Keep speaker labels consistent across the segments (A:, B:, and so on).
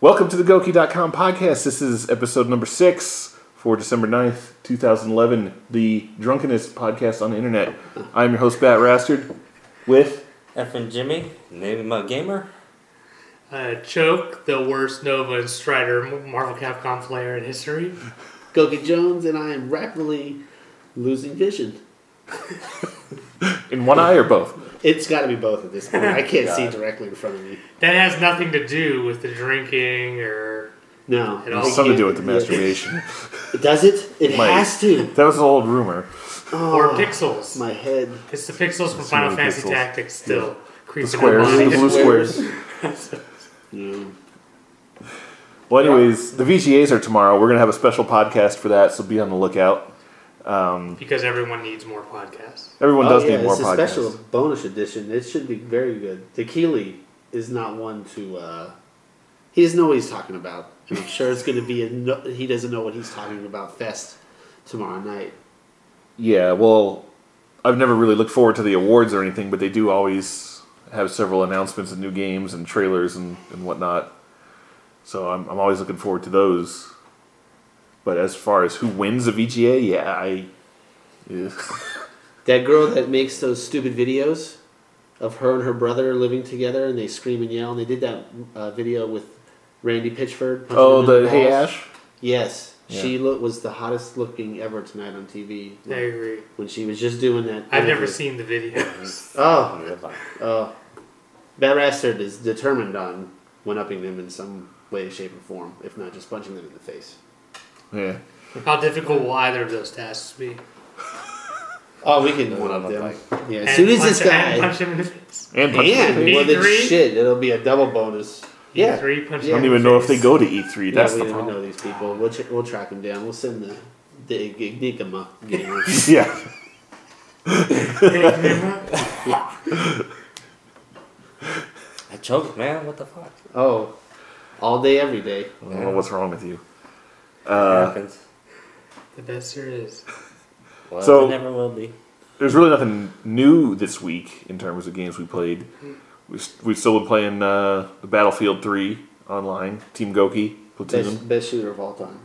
A: Welcome to the Goki.com podcast. This is episode number six for December 9th, 2011, the drunkenest podcast on the internet. I'm your host, Bat Rastard, with.
B: F and Jimmy, name a gamer.
C: Uh, Choke, the worst Nova and Strider Marvel Capcom player in history.
D: Goki Jones, and I am rapidly losing vision.
A: In one eye or both?
D: It's got to be both at this point. I
A: Oh
D: can't see directly in front of me.
C: That has nothing to do with the drinking or.
D: No,
C: It
D: I
C: all-
A: Something to do with the
D: can't-
A: masturbation.
D: It Does it? It
A: Might.
D: has to. Oh,
A: That was an old rumor.
C: Or
A: Oh,
C: pixels.
D: My head.
C: It's the pixels from Final
A: many
C: Fantasy
A: pixels.
C: Tactics still creeping
A: Squares,
C: up on
A: the
C: it.
A: blue squares.
D: No.
A: Well, anyways, the VGAs are tomorrow. We're going to have a special podcast for that, so be on the lookout.
C: Because everyone needs more podcasts.
A: Everyone
D: Oh,
A: does
D: yeah,
A: need more
D: it's a
A: podcasts.
D: special bonus edition. It should be very good. The Keeley is not one to. Uh, he doesn't know what he's talking about. And I'm sure it's going to be a. No, he doesn't know what he's talking about fest tomorrow night.
A: Yeah, well, I've never really looked forward to the awards or anything, but they do always have several announcements of new games and trailers and, and whatnot. So I'm, I'm always looking forward to those. But as far as who wins E a VGA, yeah, I. yeah.
D: That girl that makes those stupid videos of her and her brother living together and they scream and yell. And they did that uh, video with Randy Pitchford. punching
A: Oh,
D: him in
A: the Hey
D: balls.
A: Ash?
D: Yes. She
A: Yeah.
D: lo- was the hottest looking ever tonight on TV
C: I agree.
D: when she was just doing that.
C: I've never
D: interview.
C: seen the videos.
D: Oh, oh. Bat Rastard is determined on one upping them in some way, shape, or form, if not just punching them in the face.
A: Yeah.
C: How difficult will either of those tasks be?
D: Oh, we can one up
B: not
D: them. Yeah,
C: And
D: as soon as
C: punch-
D: this
C: and
D: guy.
C: punch him in the face.
A: And Punch
D: And,
A: Drunk
D: well, then
C: E3?
D: shit, it'll be a double bonus. Yeah.
C: Three punch
A: I
C: him
A: don't
C: in
A: even
C: the
A: know if
C: face.
A: they go to E3. That's
D: yeah, we
A: the
D: don't
A: problem.
D: know these people. We'll, ch- we'll track them down. We'll send the the Enigma. gamer.
A: Yeah.
B: I choked, man. What the fuck?
D: oh, all day, every day.
A: I don't know what's wrong with you.
B: Uh, happens.
C: The best there is.
B: Well,
A: so-
B: it never will be.
A: there's really nothing new this week in terms of games we played. We've, we've still been playing uh, the Battlefield 3 online, Team Goki, Platoon,
D: Best, best shooter of all time.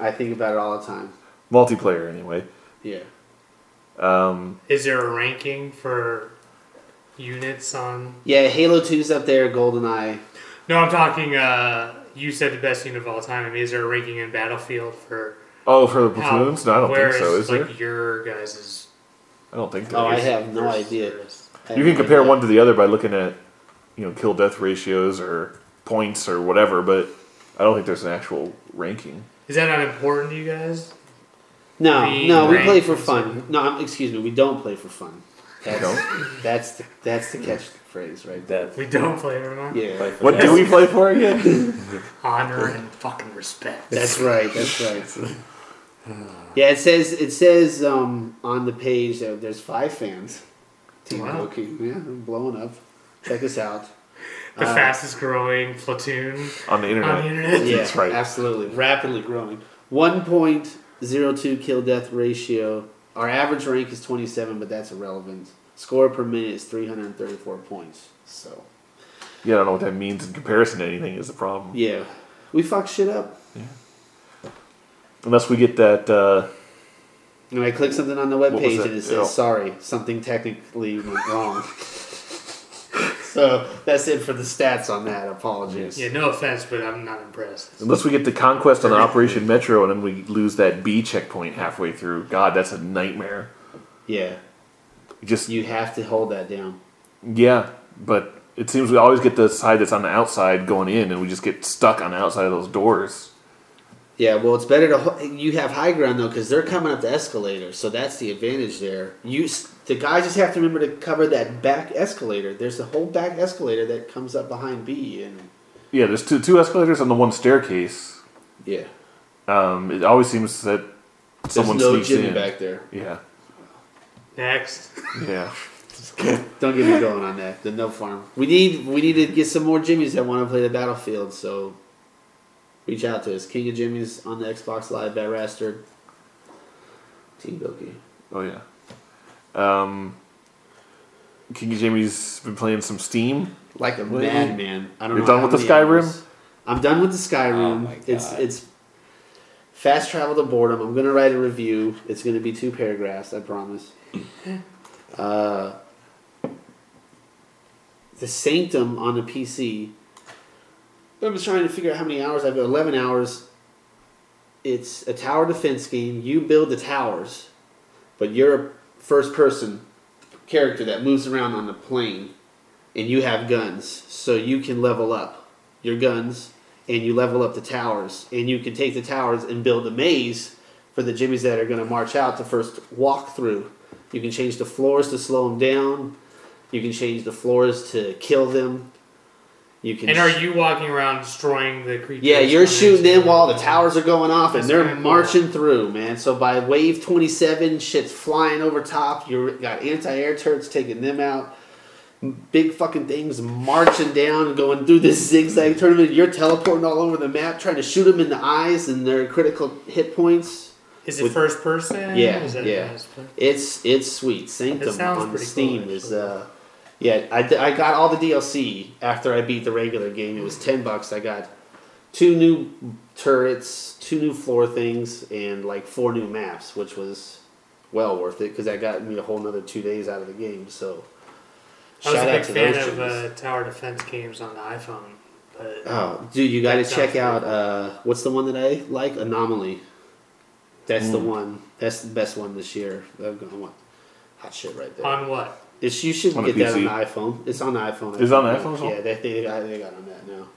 D: I think about it all the time.
A: multiplayer anyway. Um,
D: Yeah.
C: Is there a ranking for units on
D: Yeah, Halo 2's up there, GoldenEye.
C: No, I'm talking. Uh, you said the best unit of all time. I mean, is there a ranking in Battlefield for
A: Oh, for the
C: how-
A: platoons? No, I don't
C: where
A: think so. Is
C: like
A: there?
C: your guys's?
A: I don't think
D: Oh,
A: there
D: I
A: is.
D: have no
C: versus
D: idea.
C: the rest?
D: I have
A: You can
D: no
A: compare
D: idea.
A: one to the other by looking at, you know, kill death ratios or points or whatever, but I don't think there's an actual ranking.
C: Is that not important to you guys?
D: No,
C: three
D: no, we play
C: ranked
D: for fun. No, I'm- excuse me, we don't play for fun. That's, that's, the, that's the catch phrase right there.
B: Death.
C: We don't play everyone.
D: Yeah.
A: What do we play for again?
C: Honor and fucking respect.
D: That's right. That's right. yeah, it says it says um, on the page that there's five fans. Team
C: Wow.
D: Loki, yeah, they're blowing up. Check us out.
C: The fastest growing platoon
A: On the internet.
C: on the internet.
D: uh, Yeah,
A: That's right.
D: Absolutely, rapidly growing. One point zero two kill death ratio. Our average rank is twenty seven, but that's irrelevant. Score per minute is three hundred thirty four points. So
A: Yeah, I don't know what that means in comparison to anything is the problem.
D: yeah, we fuck shit up.
A: Unless we get that, uh,
D: And I click something on the web
A: What was
D: page
A: that?
D: and it says,
A: Oh.
D: sorry, something technically went wrong. so that's it for the stats on that. Apologies.
C: Yeah, no offense, but I'm not impressed.
A: Unless we get the conquest on Operation Metro and then we lose that B checkpoint halfway through, God, that's a nightmare.
D: Yeah.
A: You Just
D: You have to hold that down.
A: yeah, but it seems we always get the side that's on the outside going in, and we just get stuck on the outside of those doors.
D: Yeah, well, it's better to. ho- You have high ground, though, because they're coming up the escalator. So that's the advantage there. You, s- The guys just have to remember to cover that back escalator. There's a whole back escalator that comes up behind B. And
A: Yeah, there's two two escalators on the one staircase.
D: yeah.
A: Um, it always seems that someone
D: There's no
A: sneaks
D: Jimmy
A: in.
D: back there.
A: Yeah,
C: Next.
A: yeah.
D: Don't get me going on that. The no farm. We need we need to get some more Jimmys that want to play the battlefield. So reach out to us. King of Jimmys on the Xbox Live. Bat Raster. Team Goki.
A: Oh yeah. Um, King Jamie's been playing some Steam.
D: like a
A: What do you mean?
D: madman. I don't
A: You're
D: know.
A: done
D: how
A: with the
D: many
A: Skyrim?
D: hours. I'm done with the
B: Oh
D: Skyrim.
B: my
D: it's
B: God.
D: it's fast travel to boredom. I'm gonna write a review. It's gonna be two paragraphs. I promise. uh, the Sanctum on the PC. I was trying to figure out how many hours I've got. Eleven hours. It's a tower defense game. You build the towers, but you're a first person character that moves around on the plane and you have guns, so you can level up your guns and you level up the towers, and you can take the towers and build a maze for the jimmies that are going to march out to first walk through. You can change the floors to slow them down. You can change the floors to kill them. You can.
C: And are you walking around destroying the creatures?
D: Yeah, you're
C: on
D: shooting
C: these-
D: them while the towers are going off, and
C: That's
D: they're
C: kinda cool.
D: marching through, man. So by wave 27, shit's flying over top. You got anti-air turrets taking them out. Big fucking things marching down, going through this zigzag tournament. You're teleporting all over the map, trying to shoot them in the eyes and their critical hit points.
C: Is it
D: with-
C: first person?
D: Yeah,
C: Is it
D: yeah.
C: first person?
D: It's it's sweet.
C: That
D: Sanctum
C: sounds
D: on the
C: pretty
D: Steam
C: cool,
D: is uh, yeah. I, d- I got all the DLC after I beat the regular game. It was ten bucks. I got two new turrets, two new floor things, and like four new maps, which was well worth it because that got me a whole another two days out of the game. So
C: I was
D: shout
C: a
D: out
C: big
D: to
C: fan
D: those
C: of
D: jimmies.
C: uh, tower defense games on the iPhone, but
D: Oh, dude, you got to
C: That sounds
D: check
C: pretty
D: out uh, what's the one that I like? Anomaly. That's the one. That's the best one this year. I've got one. Hot shit right there.
C: on what?
D: It's, you should
A: On a
D: get that on
A: PC.
D: the iPhone. It's on the iPhone.
A: Is it on the
D: Yeah,
A: iPhone as well?
D: Yeah, they, they, got- they got on that now.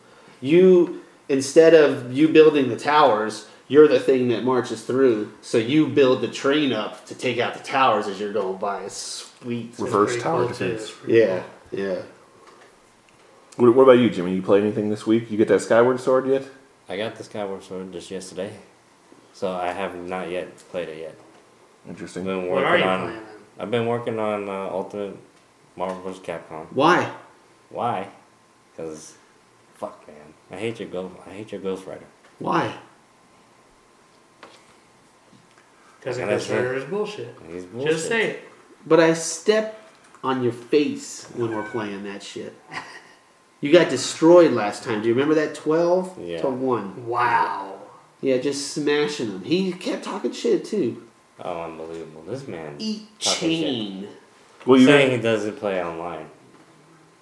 D: You instead of you building the towers, you're the thing that marches through. So you build the train up to take out the towers as you're going by. It's sweet.
C: It's
A: Reverse
C: pretty
A: tower
C: cool, too.
A: defense.
C: It's pretty
D: Yeah,
C: cool.
D: yeah.
A: What, what about you, Jimmy? You play anything this week? You get that Skyward Sword yet?
B: I got the Skyward Sword just yesterday, so I have not yet played it yet. I've
A: Interesting.
B: been working
C: What are you
B: on.
C: playing?
B: I've been working on uh, Ultimate Marvel vs. Capcom.
D: Why?
B: Why? Because, fuck, man, I hate your ghost. I hate your Ghost Rider.
D: Why?
C: Because
B: And
C: Ghost
B: that's it.
C: Rider is bullshit.
B: He's bullshit.
C: Just say it.
D: But I step on your face when we're playing that shit. You got destroyed last time. Do you remember that twelve
B: Yeah.
D: to one?
C: Wow.
D: Yeah, just smashing him. He kept talking shit too.
B: Oh, unbelievable! This man
D: Eat
B: Talking
D: chain.
A: Well, you
B: saying he doesn't play online.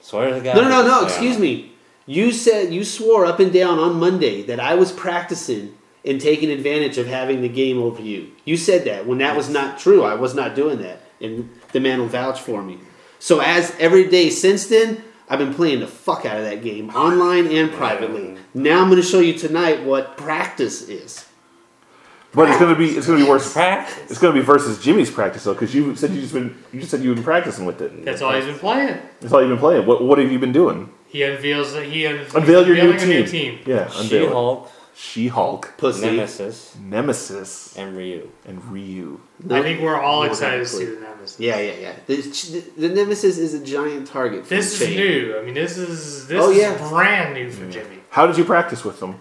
B: Swear to God.
D: No, no, no,
B: he
D: no.
B: doesn't play
D: Excuse
B: online.
D: me. You said you swore up and down on Monday that I was practicing and taking advantage of having the game over you. You said that when that was not true. I was not doing that, and the man will vouch for me. So as every day since then, I've been playing the fuck out of that game online and privately. Now I'm going to show you tonight what practice is.
A: but it's gonna be it's gonna be worse.
B: Practice.
A: It's gonna be versus Jimmy's practice though, because you said you just been you just said you've been practicing with it.
C: That's all he's been playing.
A: That's all you've been playing. What what have you been doing?
C: He unveils. He un-
A: Unveil your new
C: unveiling
A: team.
C: a
A: Yeah,
B: She
A: unveil.
B: Hulk,
A: She Hulk,
D: Pussy.
B: Nemesis,
A: Nemesis,
B: and Ryu.
A: and Ryu.
D: No-
C: I think we're all
D: No,
C: excited to
D: exactly.
C: see the Nemesis.
D: Yeah, yeah, yeah. The, the Nemesis is a giant target. for
C: This is
D: Shane.
C: new. I mean, this is this
D: Oh,
C: is
D: yeah.
C: brand new for Jimmy.
A: How did you practice with them?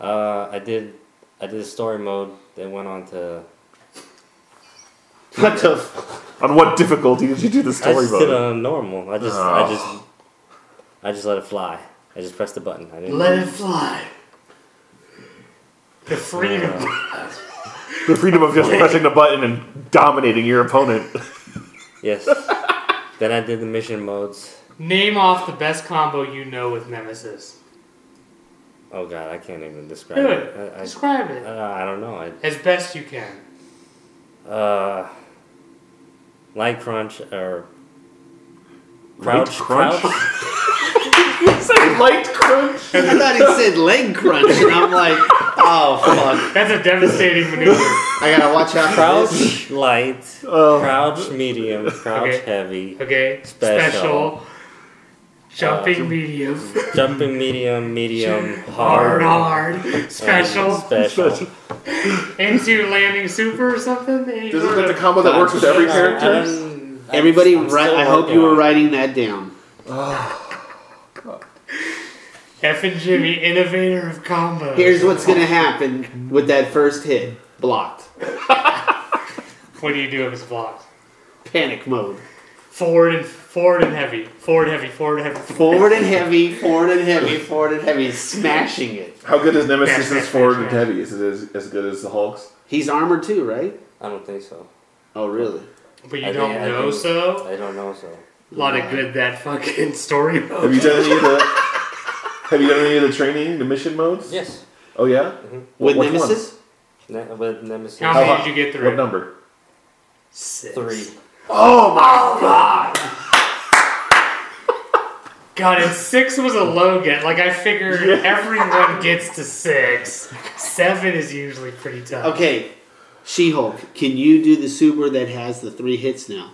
B: Uh, I did. I did story mode. Then went on to.
D: What the? F-
A: On what difficulty did you do the
B: I
A: story
B: just did it
A: mode? Oh.
B: on normal. I just. I just. I just let it fly. I just pressed the button. I didn't.
C: Let it fly. The freedom.
A: The freedom of just pressing the button and dominating your opponent.
B: Yes. then I did the mission modes.
C: Name off the best combo you know with Nemesis.
B: Oh God, I can't even describe
C: Do
B: it.
C: it.
B: I, I,
C: Describe it
B: uh, I don't know. I
C: as best you can.
B: Uh, light crunch or
A: Light
B: crouch
A: crunch?
B: crouch.
A: Light crunch.
D: I thought he said leg crunch, and I'm like, oh fuck,
C: That's a devastating maneuver.
D: I gotta watch out for this.
B: Crouch light,
A: Oh.
B: crouch medium, crouch
C: Okay.
B: heavy,
C: Okay.
B: Special.
C: Special. Jumping medium.
B: jumping medium, medium hard,
C: Hard,
B: Uh,
C: hard.
B: and
C: Special.
B: special.
C: Into landing super or something. Any
A: Isn't
C: sort
A: that the
C: of-
A: combo that works with every
B: I-
A: character?
B: I'm- I'm-
D: Everybody,
B: I'm
D: write,
B: still
D: I hope
B: working
D: you were
B: on it.
D: writing that down.
C: F and Jimmy, innovator of combos.
D: Here's what's gonna happen with that first hit: blocked,
C: What do you do if it's blocked?
D: panic mode.
C: Forward and forward and heavy. Forward heavy. Forward heavy.
D: Forward and heavy, forward and heavy, forward and heavy, smashing it.
A: How good is Nemesis
C: Smash,
A: as
C: smash,
A: forward and
C: smash,
A: heavy? Is it as, as good as the Hulk's?
D: He's armored too, right?
B: I don't think so.
D: Oh, really?
C: But you
B: I
C: don't
B: think- I
C: know,
B: think-
C: so
B: I don't know so.
C: a lot of good that fucking story mode.
A: Have you done any of the? Have you done any of the training, the mission modes?
B: Yes.
A: Oh yeah.
D: With
A: Which
D: Nemesis?
B: Ne- with Nemesis
C: How
A: How
C: many
A: hot-
C: did you get
A: What
C: through?
A: number?
C: Six.
B: three.
A: Oh my!
C: God, and six was a low get. Like I figured, everyone gets to six. Seven is usually pretty tough.
D: Okay, She Hulk, can you do the super that has the three hits now?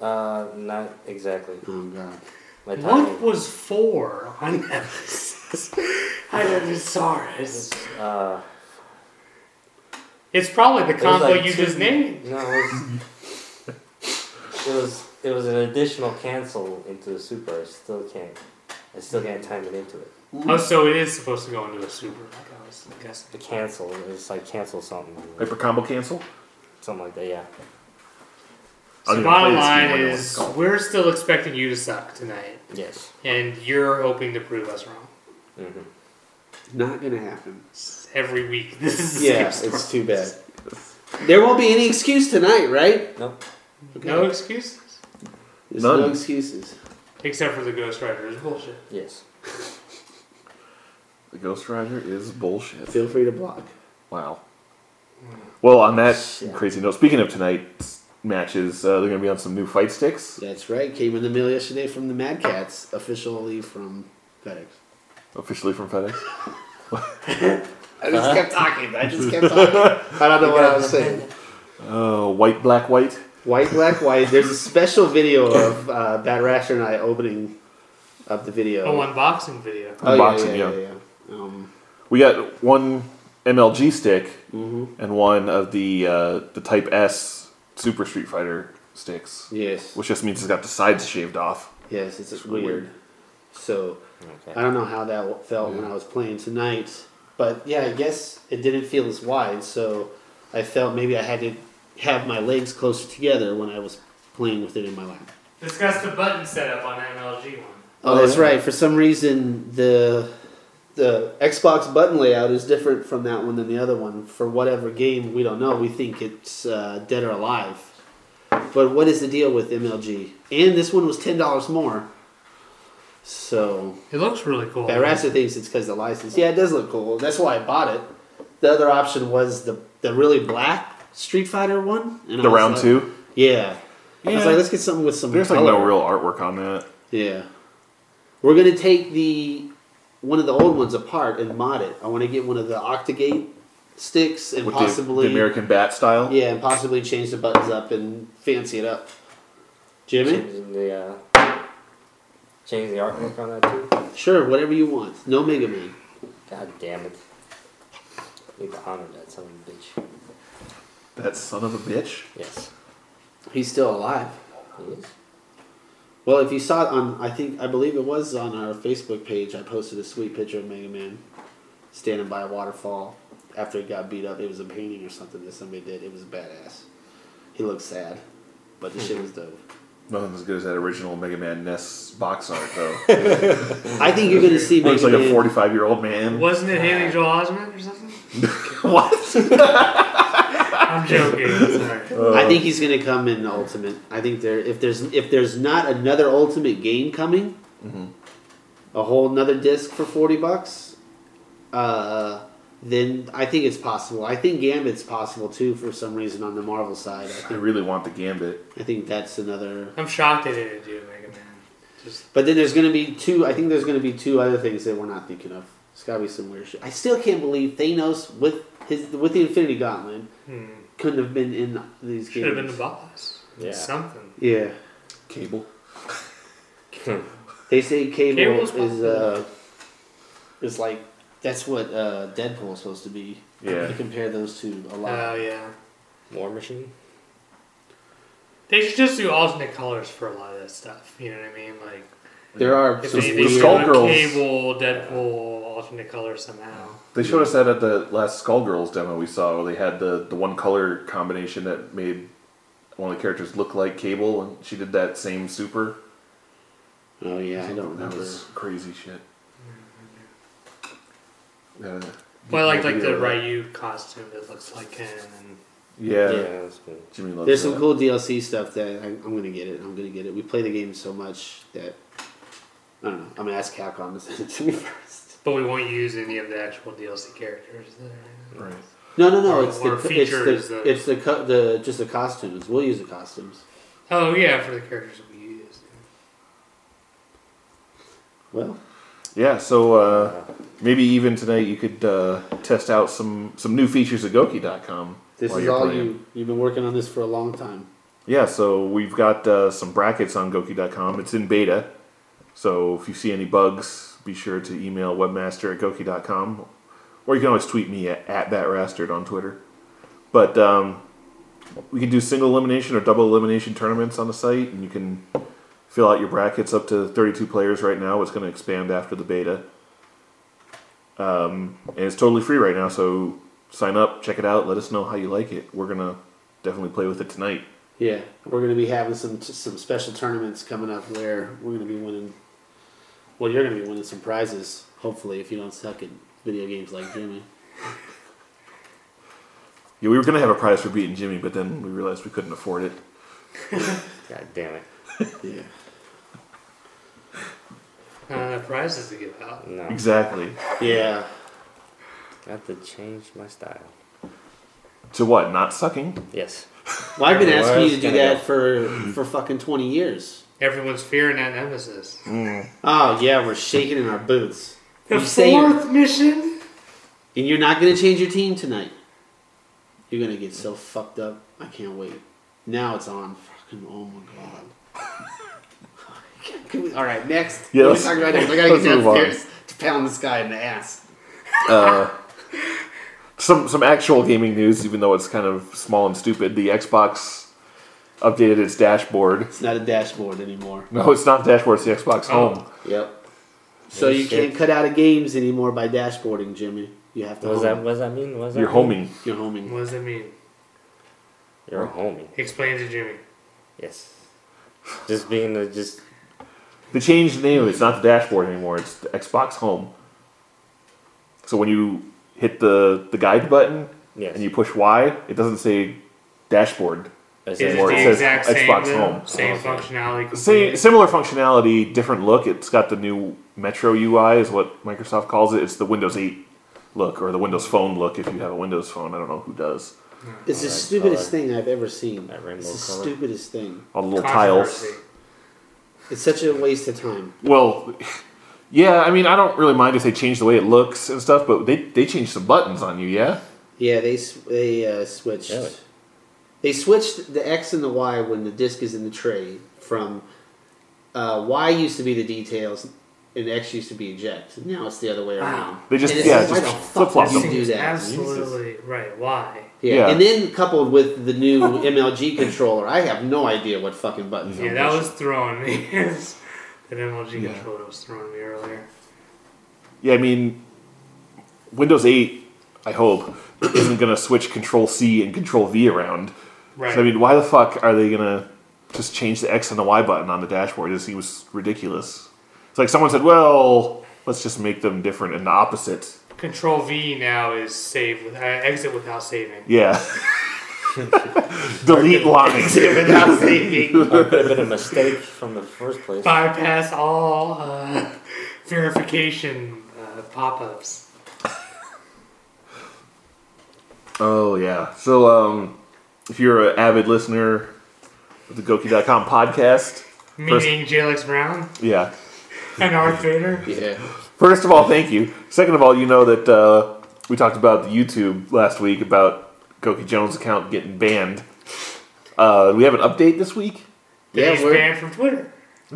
B: Uh, not exactly.
D: Oh, God.
B: My
C: What
B: timing.
C: was four on Nemesis? I didn't Saurus.
B: Uh,
C: It's probably the
B: it was
C: combo
B: like
C: you
B: two-
C: just named.
B: No, it was. it was. It was an additional cancel into the super. I still can't. I still can't time it into it.
C: Oh, so it is supposed to go into a super. Like I was guessing.
B: The cancel. It's like cancel something.
A: Hyper combo cancel.
B: Something like that. Yeah.
A: I
C: So
A: didn't
C: bottom
A: play this game, I
C: line
A: don't know what it's
C: is,
A: called.
C: we're still expecting you to suck tonight,
B: Yes.
C: and you're hoping to prove us wrong
B: Mm-hmm.
D: Not gonna happen.
C: every week. This is the
D: Yeah,
C: same
D: it's
C: story.
D: too bad. There won't be any excuse tonight, right?
B: Nope.
C: No excuses
D: There's
A: None.
D: no excuses.
C: except for the Ghost Rider is bullshit.
B: Yes.
A: The Ghost Rider is bullshit.
D: Feel free to block.
A: Wow. Well, on that crazy note, speaking of tonight's matches, uh, they're going to be on some new fight sticks.
D: That's right. Came in the mail yesterday from the Mad Cats, officially from FedEx.
A: Officially from FedEx.
D: I just kept talking. I just kept talking. I don't know what I was saying.
A: Uh, white, black, white.
D: White, black, white. There's a special video of uh, Bad Rasher and I opening up the video.
C: Oh, unboxing video.
D: Oh, yeah,
A: Unboxing,
D: yeah,
A: yeah.
D: yeah, yeah. Um,
A: We got one MLG stick
D: mm-hmm.
A: and one of the uh, the Type S Super Street Fighter sticks,
D: yes,
A: which just means it's got the sides shaved off.
D: yes. It's,
A: weird.
D: weird. So I
B: Okay.
D: don't know how that w- felt when I was playing tonight, but yeah, I guess it didn't feel as wide. So I felt maybe I had to have my legs closer together when I was playing with it in my lap.
C: Discuss the button setup on MLG one.
D: Oh,
A: Oh,
D: that's
A: yeah.
D: right. For some reason, the the Xbox button layout is different from that one than the other one. For whatever game, we don't know. We think it's uh, Dead or Alive. But what is the deal with MLG? And this one was ten dollars more. So
C: It looks really cool.
D: Bad Rasta thinks it's because the license. Yeah, it does look cool. That's why I bought it. The other option was the the really black Street Fighter one. And I
A: The
D: was
A: round
D: like-
A: two.
D: Yeah. I was
A: Yeah.
D: like, let's get something with some.
A: There's like
D: color.
A: no real artwork on that.
D: Yeah. We're gonna take the one of the old ones apart and mod it. I want to get one of the Octagate sticks and
A: With the-
D: possibly
A: the, American Bat style.
D: yeah, and possibly change the buttons up and fancy it up. Jimmy,
B: Changing the uh, changing the artwork on that too.
D: sure, whatever you want. No Mega Man.
B: God damn it. Need to honor that son of a bitch.
A: That son of a bitch.
B: Yes.
D: He's still alive.
B: He is.
D: Well, if you saw it on, I think I believe it was on our Facebook page. I posted a sweet picture of Mega Man standing by a waterfall after he got beat up. It was a painting or something that somebody did. It was badass. He looked sad, but the shit was dope.
A: Nothing as good as that original Mega Man NES box art though.
D: I think you're gonna see
A: Looks like
D: Mega
A: a
D: Man.
A: 45 year old man.
C: Wasn't it Haley Joel Osment or something?
A: what?
C: I'm joking. Sorry.
D: I think he's gonna come in the Ultimate. I think there if there's if there's not another Ultimate game coming, a whole another disc for forty bucks, uh, then I think it's possible. I think Gambit's possible too for some reason on the Marvel side. I
A: I
D: think,
A: really want the Gambit.
D: I think that's another.
C: I'm shocked they didn't do Mega Man. Just
D: But then there's gonna be two. I think there's gonna be two other things that we're not thinking of. It's gotta be some weird shit. I still can't believe Thanos with his with the Infinity Gauntlet
C: hmm,
D: couldn't have been in these
C: should
D: games.
C: have been the boss.
B: Yeah.
C: Something.
D: Yeah.
A: Cable.
D: They say cable
C: Cable's
D: is
C: popular.
D: uh, is like that's what uh, Deadpool is supposed to be.
A: Yeah.
D: You compare those two a lot.
C: Oh yeah.
B: War Machine.
C: They should just do alternate colors for a lot of that stuff. You know what I mean? Like
D: there are
C: if
D: some
C: they,
A: the
C: they
D: weird-
A: Skull-
C: do a
A: Skullgirls.
C: Cable, Deadpool, alternate colors somehow.
A: They showed us that at the last Skullgirls demo we saw, where they had the, the one color combination that made one of the characters looked like Cable, and she did that same super.
D: Oh yeah, I don't
A: That
D: remember.
A: was crazy shit. Uh,
C: Well, I like like the
A: video.
C: Ryu costume that looks like him. And
A: Yeah,
B: yeah, that was good.
A: Jimmy loves
D: There's some
A: that.
D: cool DLC stuff that I, I'm gonna get it. I'm gonna get it. We play the game so much that I don't know. I'm gonna ask Capcom to send it to me first.
C: but we won't use any of the actual DLC characters. There.
A: Right.
D: No, no, no.
C: Or-
D: It's the
C: or
D: it's
C: features
D: the
C: that-
D: it's the, co- the just the costumes. We'll use the costumes.
C: Oh yeah, for the characters that we use.
D: Well,
A: Yeah, so
B: Oh,
A: uh, maybe even tonight you could uh, test out some, some new features at Goki.com.
D: this
A: while
D: is
A: you're
D: all
A: playing.
D: you you've been working on this for a long time.
A: Yeah, so we've got uh, some brackets on Goki.com. It's in beta. So if you see any bugs, be sure to email webmaster at Goki.com. Or you can always tweet me at, at BatRastard on Twitter. But um, we can do single elimination or double elimination tournaments on the site, and you can fill out your brackets up to 32 players right now. It's going to expand after the beta. Um, and it's totally free right now, so sign up, check it out, let us know how you like it. We're going to definitely play with it tonight.
D: Yeah, we're gonna be having some some special tournaments coming up where we're gonna be winning. Well, you're gonna be winning some prizes. Hopefully, if you don't suck at video games like Jimmy.
A: Yeah, we were gonna have a prize for beating Jimmy, but then we realized we couldn't afford it.
B: God damn it.
D: Yeah.
C: Uh, prizes to give out.
B: No.
A: Exactly.
D: Yeah.
B: I have to change my style.
A: To what? Not sucking?
B: Yes.
D: Well, I've been asking you to
B: Otherwise,
D: do
B: gotta
D: that for for fucking twenty years.
C: Everyone's fearing that nemesis.
D: Oh yeah, we're shaking in our boots.
C: The
D: You say you're-
C: fourth mission.
D: and you're not gonna change your team tonight. You're gonna get so fucked up. I can't wait. Now it's on. Fucking oh my god. Can we- all right, next.
A: Yeah,
D: Let me
A: let's-
D: talk about this. I gotta
A: let's
D: get
A: move on.
D: downstairs to pound this guy in the ass.
A: Uh, some some actual gaming news, even though it's kind of small and stupid. The Xbox updated its dashboard.
D: It's not a dashboard anymore.
A: No, it's not dashboard. It's the Xbox
C: Oh.
A: Home.
D: Yep. So
B: Oh,
D: you
B: shit.
D: can't cut out of games anymore by dashboarding, Jimmy. You have to.
B: What does that,
D: home.
B: what does that mean? What does that
A: You're
B: mean?
A: homing.
D: You're homing.
C: What does that mean?
B: You're homing.
C: Explain to Jimmy.
B: Yes. Just being the just.
A: They changed the name. It's not the dashboard anymore. It's the Xbox Home. So when you hit the the guide button
B: Yes.
A: and you push Y, it doesn't say dashboard.
B: Is
C: Is it
A: Or it
C: the
A: says
C: exact same,
A: Xbox
C: though?
A: Home.
C: same
B: Okay.
C: functionality?
A: Same,
C: completely?
A: similar functionality, different look. It's got the new Metro UI, is what Microsoft calls it. It's the Windows 8 look, or the Windows Phone look if you have a Windows Phone. I don't know who does.
D: It's the
B: Alright,
D: stupidest
B: color.
D: thing I've ever seen.
B: That rainbow
D: It's the
B: color.
D: stupidest thing.
A: All the little tiles.
C: Controversy.
D: It's such a waste of time.
A: Well, yeah, I mean, I don't really mind if they change the way it looks and stuff, but they, they changed some buttons on you, yeah?
D: Yeah, they s- they uh, switched.
B: Really?
D: They switched the X and the Y when the disc is in the tray from uh, Y used to be the details and X used to be eject. Now it's the other way around.
A: They just-
D: And it's
A: yeah,
D: like, why
A: just
D: the fuck
A: flip-flop
D: would
A: them.
D: you do
C: Seems
D: that?
C: Absolutely right. Why?
D: Yeah.
A: Yeah.
D: and then coupled with the new MLG controller, I have no idea what fucking buttons.
C: Yeah,
D: I'm
C: that
D: pushing.
C: was throwing me. the MLG
A: Yeah.
C: controller was throwing me earlier.
A: Yeah, I mean, Windows 8, I hope, isn't going to switch Control C and Control V around.
C: Right.
A: So, I mean, why the fuck are they gonna just change the X and the Y button on the dashboard? It just seems ridiculous. It's like someone said, well, let's just make them different and the opposite.
C: Control V now is save with uh, exit without saving.
A: Yeah. Delete lines.
D: without saving.
B: Could have been a mistake from the first place.
C: Bypass all uh, verification uh, pop-ups.
A: Oh yeah. So um, if you're an avid listener of the Goki.com podcast,
C: Meaning Jalex Brown
A: yeah.
C: and Darth Vader.
D: yeah.
A: First of all, thank you. Second of all, you know that uh, we talked about the YouTube last week about Goki Jones' account getting banned. Uh, we have an update this week.
C: Yeah, he's
D: we're-
C: banned from Twitter.
D: I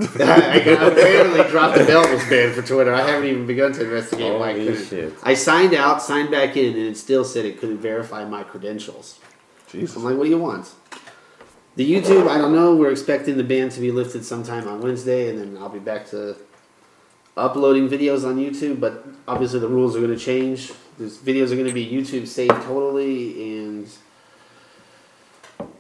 D: got- apparently dropped the belt was banned for Twitter. I haven't even begun to investigate why I
B: Holy
D: couldn't.
B: shit.
D: I signed out, signed back in, and it still said it couldn't verify my credentials. I'm
A: Jesus.
D: like, what do you want? The YouTube, I don't know. We're expecting the ban to be lifted sometime on Wednesday, and then I'll be back to uploading videos on YouTube. But obviously, the rules are going to change. These videos are going to be YouTube safe totally, and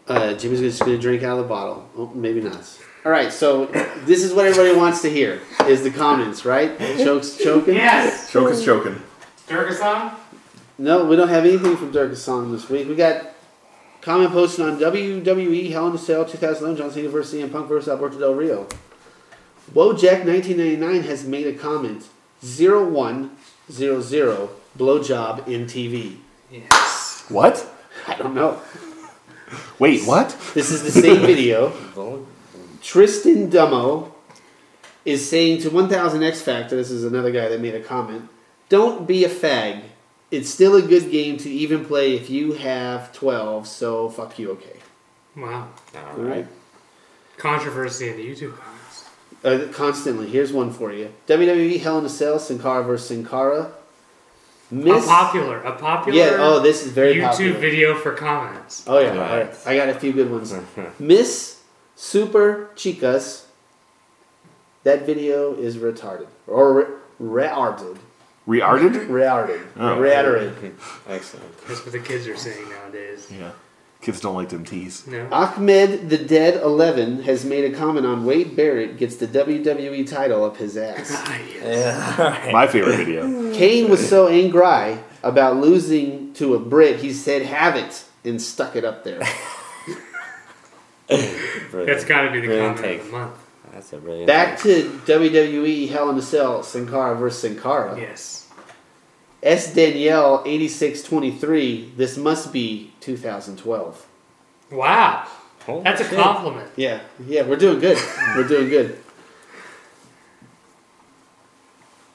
D: Uh, Jimmy's just going to drink out of the bottle. Oh, maybe not. All right, so this is what everybody wants to hear: is the comments, right? Chokes, choking.
C: Yes.
A: Choke is choking.
C: Durgasan?
D: No, we don't have anything from Dirk's song this week. We got comment posted on WWE Hell in a Cell 2011, John Cena vs. CM Punk versus Alberto Del Rio. Wojak1999 has made a comment 0100 blowjob in TV.
C: Yes.
A: What?
D: I don't know.
A: Wait, what?
D: This is the same video.
B: Well,
D: Tristan Dummo is saying to 1000 X Factor, this is another guy that made a comment, don't be a fag. It's still a good game to even play if you have 12, so fuck you, okay.
C: Wow.
B: all
D: All right.
B: right.
C: Controversy in the YouTube comments.
D: Uh, constantly. Here's one for you WWE Hell in a Cell, Sin Cara versus Sin Cara. Miss.
C: a popular, a popular
D: yeah, oh, this is very
C: YouTube
D: popular.
C: video for comments.
D: Oh, yeah.
A: All
D: all right.
A: right.
D: I got a few good ones. Miss Super Chicas. That video is retarded. Or re- retarded.
A: Rearted?
D: Ratted.
A: Oh.
D: Ratted.
B: Excellent.
C: That's what the kids are saying nowadays.
A: Yeah. Kids don't like them teas.
D: Ah,
C: No.
D: Ahmed the Dead 11 has made a comment on Wade Barrett gets the WWE title up his ass.
C: Ah, yes.
B: Yeah. All right.
A: My favorite video.
D: Kane was so angry about losing to a Brit, he said, have it, and stuck it up there.
C: That's got to be
B: Brilliant
C: the comment
B: take.
C: of the month.
B: That's a brilliant.
D: Back to WWE Hell in a Cell, Sin Cara versus Sin Cara.
C: Yes.
D: S. Danielle 8623, this must be 2012.
C: Wow.
B: Holy
C: That's a
B: shit.
C: compliment.
D: Yeah, yeah, we're doing good. we're doing good.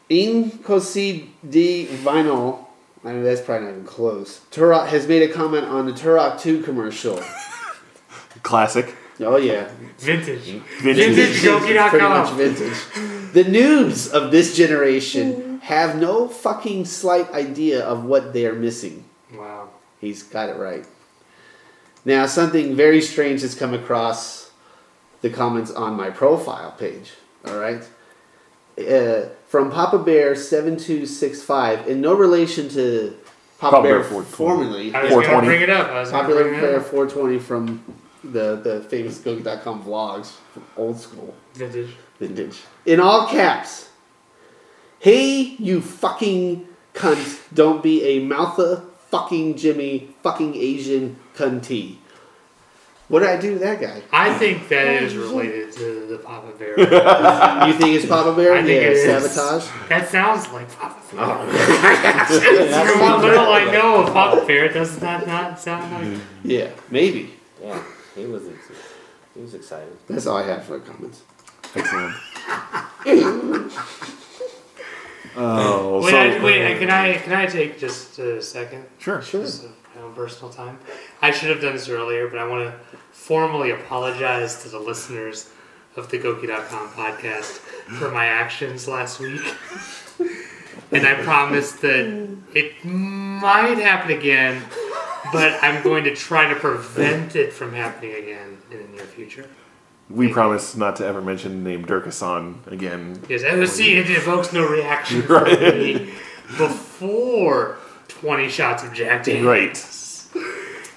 D: Incosi di Vinyl, I mean, that's probably not even close. Turok has made a comment on the Turok 2 commercial.
A: Classic.
D: Oh, yeah.
C: Vintage.
B: Mm-hmm.
A: Vintage.
C: Vintage. Jokey.com.
D: Pretty much vintage. The noobs of this generation have no fucking slight idea of what they are missing.
C: Wow.
D: He's got it right. Now, something very strange has come across the comments on my profile page. All right. Uh, from Papa Bear 7265, in no relation to Papa,
A: Papa
D: Bear,
A: Bear 420.
D: formerly,
C: I was going to
A: 420.
C: bring it up. I was going to
D: Popular
C: bring it
D: Bear
C: up.
D: 420 from the, the famous Gogi.com vlogs, from old school
C: Vintage.
D: vintage. In all caps. Hey, you fucking cunt. Don't be a moutha fucking Jimmy fucking Asian cunty. What did I do to that guy?
C: I think that is related to the Papa Bear.
D: You think it's Papa Bear?
C: I think
D: yeah,
C: it is.
D: sabotage.
C: that sounds like Papa Bear.
B: Oh.
C: From what little I know of Papa Bear, does that not sound like
D: Yeah, maybe.
B: Yeah, he was. ex- He was excited.
D: That's all I have for comments.
A: Excellent. Oh,
C: Wait,
A: so-
C: I, wait I- can I can I take just a second?
A: Sure.
D: Sure.
C: Just uh, my own personal time. I should have done this earlier, but I want to formally apologize to the listeners of the Goki.com podcast for my actions last week. and I promise that it might happen again, but I'm going to try to prevent it from happening again in the near future.
A: We promise not to ever mention the name Durkasan again.
C: Yes, see it evokes no reaction from me before 20 shots of Jack Daniels.
A: Right.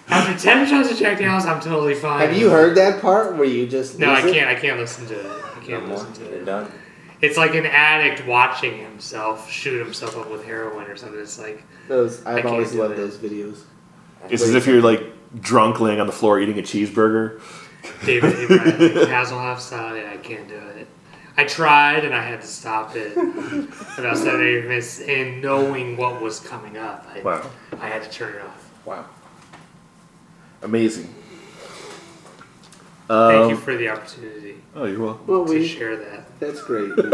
C: After 10 shots of Jack Daniels, I'm totally fine.
D: Have you heard that part where you just.
C: No, I
D: lose it?
C: can't. I can't listen to it. I can't
B: No more.
C: listen
B: You're
C: to it.
B: done.
C: It's like an addict watching himself shoot himself up with heroin or something. It's like,
D: Those, I've
C: can't
D: always
C: do
D: loved
C: that.
D: those videos.
A: It's as if you're like drunk laying on the floor eating a cheeseburger.
C: David A. Bradley, Hasselhoff style. Yeah, I can't do it. I tried and I had to stop it about seven, eight minutes in, knowing what was coming up. I,
A: Wow.
C: I had to turn it off.
A: Wow. Amazing.
C: Thank
A: Um,
C: you for the opportunity
A: Oh, you're welcome.
D: Well,
C: to
D: we.
C: share that.
D: That's great. You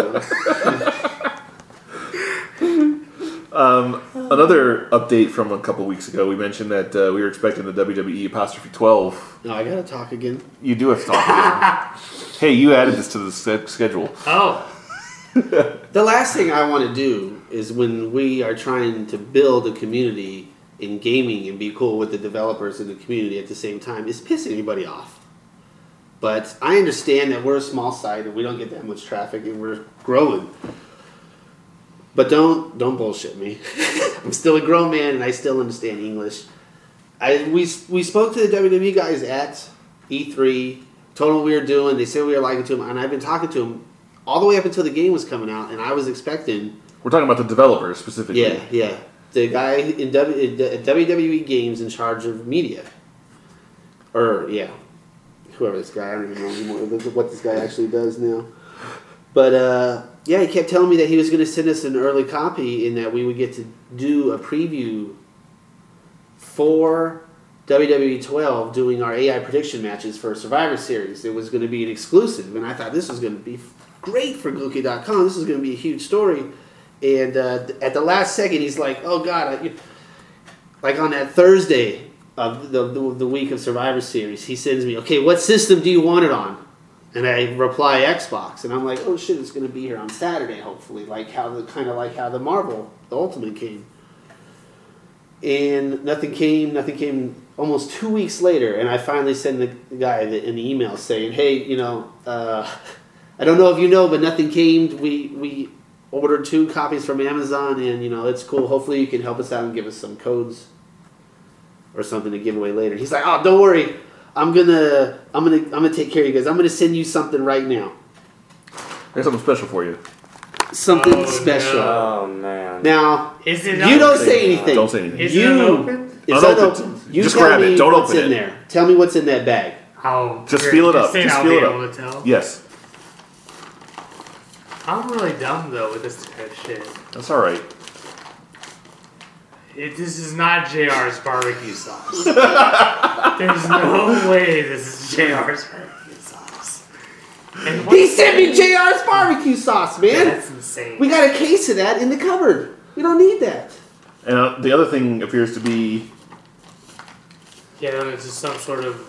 D: know?
A: Another update from a couple weeks ago. We mentioned that uh, we were expecting the WWE apostrophe 12.
D: no, I gotta talk again.
A: You do have to talk about it. Hey, you added this to the s- schedule.
C: Oh,
D: The last thing I want to do is when we are trying to build a community in gaming and be cool with the developers in the community at the same time is piss anybody off. But I understand that we're a small site and we don't get that much traffic and we're growing. But don't don't bullshit me. I'm still a grown man and I still understand English. I we we spoke to the WWE guys at E3, told them what we were doing. They said we were liking to them, and I've been talking to them all the way up until the game was coming out, and I was expecting.
A: We're talking about the developers specifically.
D: Yeah, yeah. The guy in w, at WWE Games in charge of media, or yeah, whoever this guy. I don't even know anymore what this guy actually does now. But uh, yeah, he kept telling me that he was going to send us an early copy and that we would get to do a preview for WWE 12 E doing our AI prediction matches for Survivor Series. It was going to be an exclusive, and I thought this was going to be great for Gookie.com. This is going to be a huge story. And uh, at the last second, he's like, oh, God. I, like on that Thursday of the, the, the week of Survivor Series, he sends me, okay, what system do you want it on? And I reply Xbox, and I'm like, oh shit, it's gonna be here on Saturday, hopefully, like how the kind of like how the Marvel, the Ultimate came. And nothing came, nothing came. Almost two weeks later, and I finally send the the guy the, an email saying, hey, you know, uh, I don't know if you know, but nothing came. We we ordered two copies from Amazon, and you know, it's cool. Hopefully, you can help us out and give us some codes or something to give away later. He's like, "Oh, don't worry, I'm gonna, I'm gonna, I'm gonna take care of you guys. I'm gonna send you something right now,
A: There's something special for you.
D: something
C: Oh,
D: special."
C: no.
B: Oh man.
D: Now
C: Is it
D: you don't
C: open?
D: say anything.
A: Don't say anything.
C: Is
D: you,
C: it open?
D: It's
A: Unopened.
D: unopened. You
A: Just
D: tell
A: grab it.
D: me
A: Don't
D: what's
A: open
D: in
A: it.
D: there. Tell me what's in that bag.
C: I'll
A: Just feel it up.
C: saying
A: Just
C: I'll
A: feel
C: be
A: it
C: able to tell.
A: Yes,
C: I'm really dumb though with this kind of shit.
A: that's all right.
C: It, this is not JR's barbecue sauce. There's no way this is JR's barbecue sauce. And what-
D: He sent me Jr's barbecue sauce, man.
C: That's insane.
D: We got a case of that in the cupboard. We don't need that.
A: And uh, the other thing appears to be
C: yeah, then it's just some sort of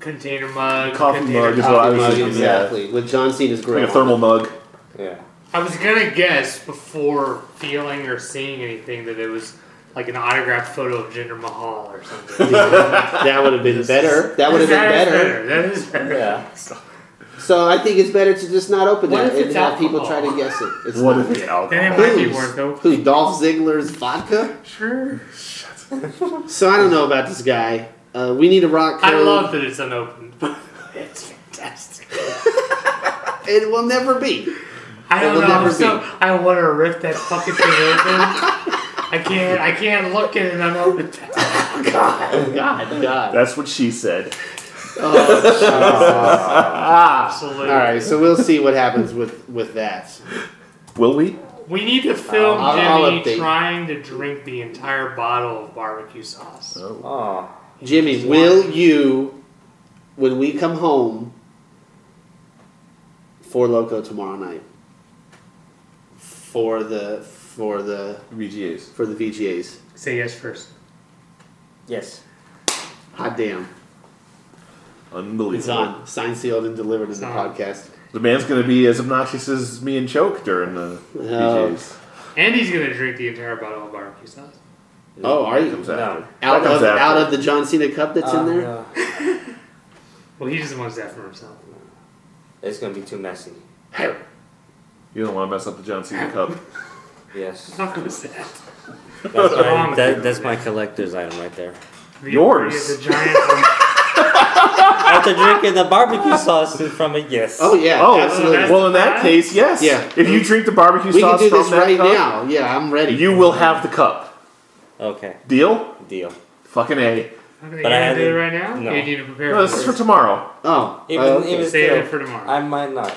C: container mug.
A: Coffee
C: container
A: mug is
C: cup.
A: what I was
D: Mug,
A: thinking, yeah.
D: exactly. With John Cena's
A: like
D: great.
A: a thermal mug.
B: Yeah.
C: I was gonna guess before feeling or seeing anything that it was like an autographed photo of Jinder Mahal or something.
D: that would have been better. That would have been
C: is
D: better.
C: That is better.
B: Yeah.
D: So I think it's better to just not open
C: What if
D: that
C: it's
D: and have people try
C: alcohol?
D: to guess it. It's
A: What
D: not.
A: if it's
C: Then it
A: alcohol?
C: might be
D: Booze.
C: worth it.
D: Who, Dolph Ziggler's vodka?
C: Sure.
D: So I don't know about this guy. Uh, we need a rock code.
C: I love that it's unopened. it's fantastic.
D: It will never be.
C: I
D: It will
C: don't know. I'm
D: never
C: so, I want to rip that fucking thing open. I can't. I can't look at it unopened.
D: God, God. Oh,
A: That's what she said. Oh,
C: Absolutely.
D: All right, so we'll see what happens with with that.
A: Will we?
C: We need to film
D: I'll- I'll
C: Jimmy
D: update.
C: trying to drink the entire bottle of barbecue sauce.
B: Oh.
D: Jimmy, will you, when we come home, for Loco tomorrow night, for the for the
A: VGAs.
D: for the VGAs?
C: Say yes first.
B: Yes.
D: Hot damn!
A: Unbelievable.
D: It's on, signed, sealed, and delivered in
C: It's
D: the
C: on.
D: podcast.
A: The man's going to be as obnoxious as me and Choke during the
D: Oh.
A: VGAs.
C: Andy's gonna drink the entire bottle of barbecue sauce.
D: Oh, are you?
A: Comes after.
D: Out
A: That comes
D: of,
A: after.
D: out of the John Cena cup that's in
C: Oh,
B: Uh,
D: there?
B: no.
C: Well, he just wants that for himself.
B: It's gonna be too messy.
A: You don't want to mess up the John Cena Cup.
B: Yes.
C: How good is that?
B: That's
C: wrong
B: my,
C: with you?
B: that, that's my collector's item right there.
C: The-
A: Yours.
C: The, giant. um,
B: After drinking the barbecue sauce from it, yes.
D: Oh, yeah,
A: Oh,
D: absolutely.
C: that's-
A: well, in that case, yes.
D: Yeah.
A: If you drink the barbecue
D: we can
A: sauce
D: do
A: from
D: this
A: that
D: right
A: cup,
D: now. Yeah, I'm ready.
A: you will have the cup.
B: Okay.
A: Deal?
B: Deal.
A: Fucking A.
C: I'm gonna
B: But I
C: do it
B: haven't-
C: right now.
B: no.
C: You need to prepare.
A: No, this is for tomorrow.
D: oh,
B: Even,
D: oh, okay.
B: even
C: Save
B: still,
C: it for tomorrow.
B: I might not.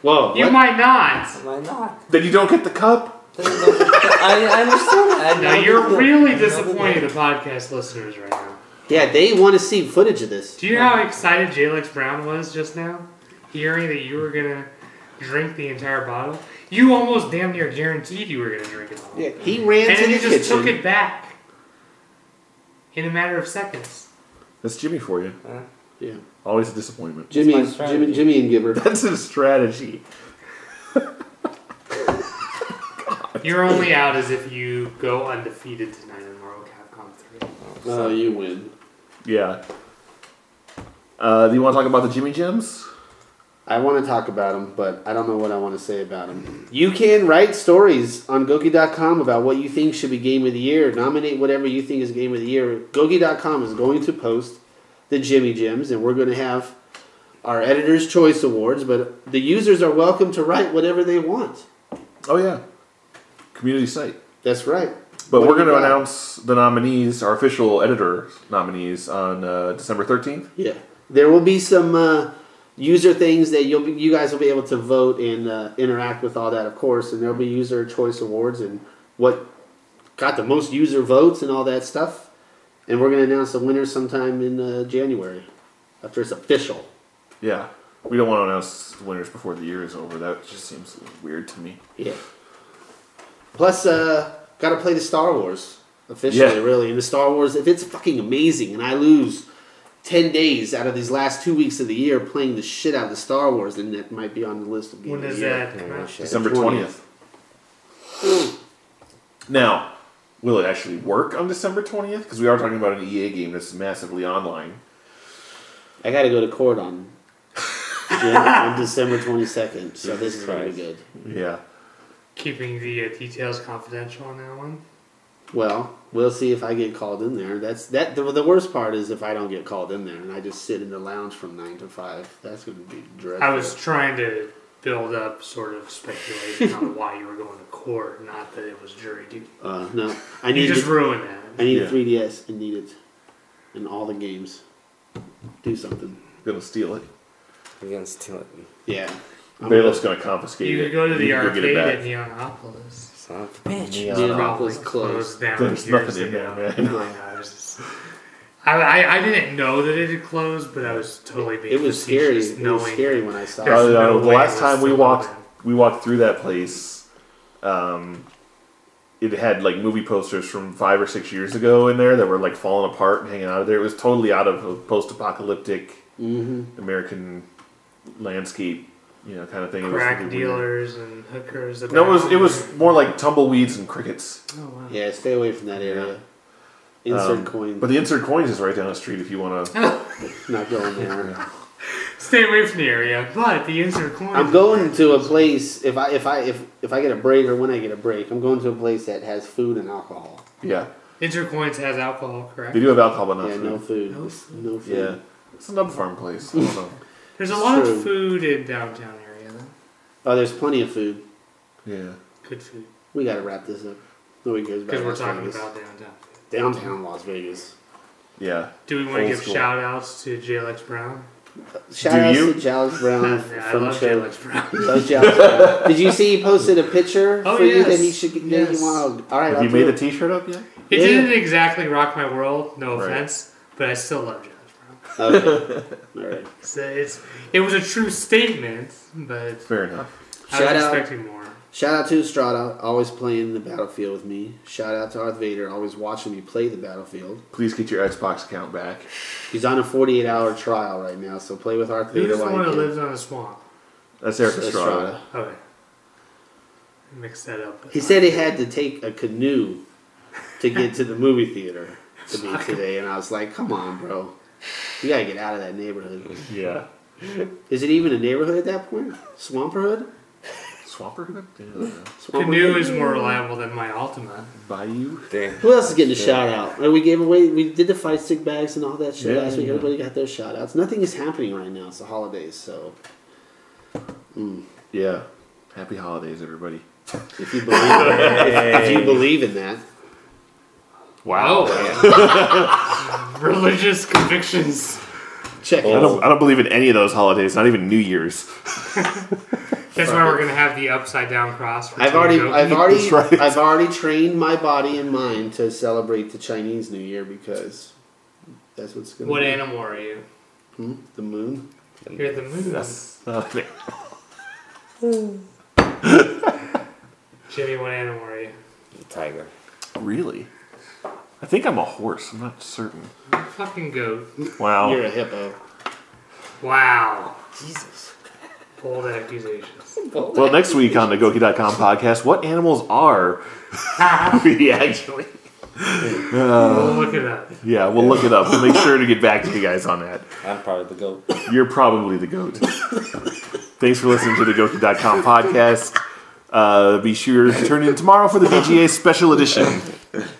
D: whoa!
C: you
D: what?
C: might not.
B: I might not.
A: Then you don't get the cup.
B: Then you don't- I, I understand. that. I
C: Now
B: know
C: you're
B: that- I
C: really
B: know that-
C: disappointing the podcast listeners right now.
D: yeah, they want to see footage of this.
C: Do you know how excited Jalex Brown was just now, hearing that you were gonna drink the entire bottle? You almost damn near guaranteed you were gonna drink it all,
D: Yeah, he ran
C: and
D: to
C: then
D: the
C: you just
D: kitchen.
C: took it back in a matter of seconds.
A: That's Jimmy for you.
B: Uh,
D: Yeah.
A: Always a disappointment.
D: Jimmy,
B: my
D: Jimmy,
B: strategy.
D: Jimmy, and Gibber.
A: That's his strategy.
C: You're only out as if you go undefeated tonight in Marvel Capcom 3.
D: Oh, you win.
A: Yeah. Uh, do you want to talk about the Jimmy Gems?
D: I want to talk about them, but I don't know what I want to say about them. You can write stories on Goki.com about what you think should be Game of the Year. Nominate whatever you think is Game of the Year. Goki.com is going to post the Jimmy Jims, and we're going to have our Editor's Choice Awards, but the users are welcome to write whatever they want.
A: Oh yeah, community site.
D: That's right.
A: But
D: What
A: we're
D: do
A: going
D: you
A: to
D: got?
A: announce the nominees, our official editor nominees, on uh, December thirteenth.
D: Yeah, there will be some uh, user things that you'll be, you guys will be able to vote and uh, interact with all that, of course. And there'll be user choice awards and what got the most user votes and all that stuff. And we're gonna announce the winner sometime in uh, January after it's official.
A: Yeah, we don't want to announce the winners before the year is over. That just seems weird to me.
D: Yeah. Plus, uh, gotta play the Star Wars officially,
A: Yeah.
D: really. And the Star Wars, if it's fucking amazing, and I lose ten days out of these last two weeks of the year playing the shit out of the Star Wars, then that might be on the list of games. Oh,
C: When
D: of
C: does
D: the year.
C: that
B: Yeah,
C: come
B: no
C: out?
B: shit.
A: December
D: 20th.
A: twentieth. Now, will it actually work on December twentieth? Because we are talking about an EA game that's massively online.
D: I got to go to court on yeah, on December 22nd, so this is going to be good.
A: Yeah,
C: Keeping the uh, details confidential on that one.
D: Well, we'll see if I get called in there. That's that. The, the worst part is if I don't get called in there and I just sit in the lounge from nine to five. That's going to be dreadful.
C: I was trying to build up sort of speculation on why you were going to court, not that it was jury duty.
D: Uh, no, I
C: You
D: need
C: just
D: it-
C: ruined that.
D: I need
A: Yeah.
D: a 3ds. I need it in all the games. Do something.
A: gonna steal it.
B: We're gonna steal it.
D: Yeah. I'm
A: Bailiff's gonna confiscate
C: You
A: it.
C: could go to the
A: can get it
C: arcade
A: back.
C: at Neonopolis.
B: Son of a bitch.
A: Yeah.
D: Neon-
C: Probably
D: Neonopolis closed.
C: down
A: There's
C: years
A: nothing in
C: ago.
A: there, man.
C: No, I know. I was just- I, I, I didn't know that it had closed, but I was totally being
D: It was scary.
C: facetious,
D: It was
C: knowing
D: scary when I saw
A: Uh,
D: it.
C: There's no
A: the
C: way
A: last
C: it was
A: time we
C: still
A: walked,
C: open.
A: we walked through that place. Um, it had like movie posters from five or six years ago in there that were like falling apart and hanging out of there. It was totally out of a post-apocalyptic
D: Mm-hmm.
A: American landscape, you know, kind of thing. It was
C: crack
A: really weird.
C: dealers and hookers.
A: No, it was it was
C: around.
A: more like tumbleweeds and crickets.
C: Oh, wow.
D: Yeah, stay away from that area. Insert
A: Um,
D: coin.
A: But the insert coins is right down the street if you want to.
D: not going there.
C: Stay away from the area, but the insert coin.
D: I'm going to a place if I if I if, if I get a break or when I get a break, I'm going to a place that has food and alcohol.
A: Yeah,
C: Intercoins has alcohol, correct?
A: they do have alcohol, but not
D: yeah,
A: food.
D: no food.
C: No
D: No
C: food.
D: food.
A: Yeah, it's a nub farm place. I don't know.
C: There's a
D: It's
C: lot
D: true.
C: of food in downtown area, though.
D: Oh, there's plenty of food.
A: Yeah.
C: Good food.
D: We gotta wrap this up. Nobody cares about
C: Because we're
D: Las
C: talking
D: Vegas.
C: about downtown.
D: downtown Las Vegas.
A: Yeah.
C: Do we want to
A: Old
C: give
A: school.
C: shout outs to JLX Brown?
D: Shout
A: Do
D: out
A: you?
D: to Jalex Brown
C: Yeah, I
D: from
C: love
D: Chile.
C: JLX Brown.
D: Love Jalex Brown. Did you see he posted a picture
C: Oh,
D: for you that
C: yes.
D: he should get?
C: Yes.
D: Yes. All right,
A: Have
D: I'll
A: you
D: do
A: made
D: it.
A: a T-shirt up yet?
C: It
D: Yeah.
C: didn't exactly rock my world, no
A: Right.
C: offense, but I still love JLX Brown.
D: Okay. All right.
C: So it's, it was a true statement, but
A: Fair enough.
C: I was
D: Shout out.
C: expecting more.
D: Shout out to Estrada, always playing the battlefield with me. Shout out to Darth Vader, always watching me play the battlefield.
A: Please get your Xbox account back.
D: He's on a 48 hour trial right now, so play with Darth Vader
C: Who's the
D: while
C: one
D: you
C: that
D: can.
C: lives on a swamp?
A: That's Eric Estrada.
D: Estrada.
C: Okay. Mix that up.
D: He said he had to take a canoe to get to the movie theater to be today, and I was like, come on, bro. You gotta get out of that neighborhood.
A: Yeah.
D: Is it even a neiborhood at that point? Swamperhood?
A: Swamper?
D: Swamperhood?
C: Canoe is more reliable than my Ultima.
A: Bayou?
B: Damn.
D: Who else is getting a shout out? Well, we gave away, we did the fight stick bags and all that shit
A: Yeah,
D: last week.
A: yeah.
D: Everybody got their shout outs. Nothing is happening right now. It's the holidays, so
A: Yeah. Happy holidays, everybody.
D: if you believe, if you believe in that,
C: Wow. Religious convictions.
D: check
A: I
D: it.
A: don't, I don't believe in any of those holidays, not even New Year's.
C: That's why we're gonna have the upside down cross. For
D: I've
C: Team
D: already,
C: Goku.
D: I've already,
A: That's right.
D: I've already trained my body and mind to celebrate the Chinese New Year because that's what's going.
C: What
D: be.
C: animal are you?
D: Hmm? The moon.
C: You're the moon. Jimmy, what animal are you?
B: Tiger.
A: really? I think I'm a horse. I'm not certain.
C: Fucking goat.
D: You're
A: Wow.
D: a hippo.
C: Wow.
B: Jesus.
C: Bold accusations.
A: Well, next week on the Goki.com podcast, what animals are we actually?
C: We'll look it up.
A: Yeah, we'll look it up. We'll make sure to get back to you guys on that.
B: I'm probably the goat.
A: You're probably the goat. Thanks for listening to the Goku.com podcast. Uh, be sure to turn in tomorrow for the BGA special edition.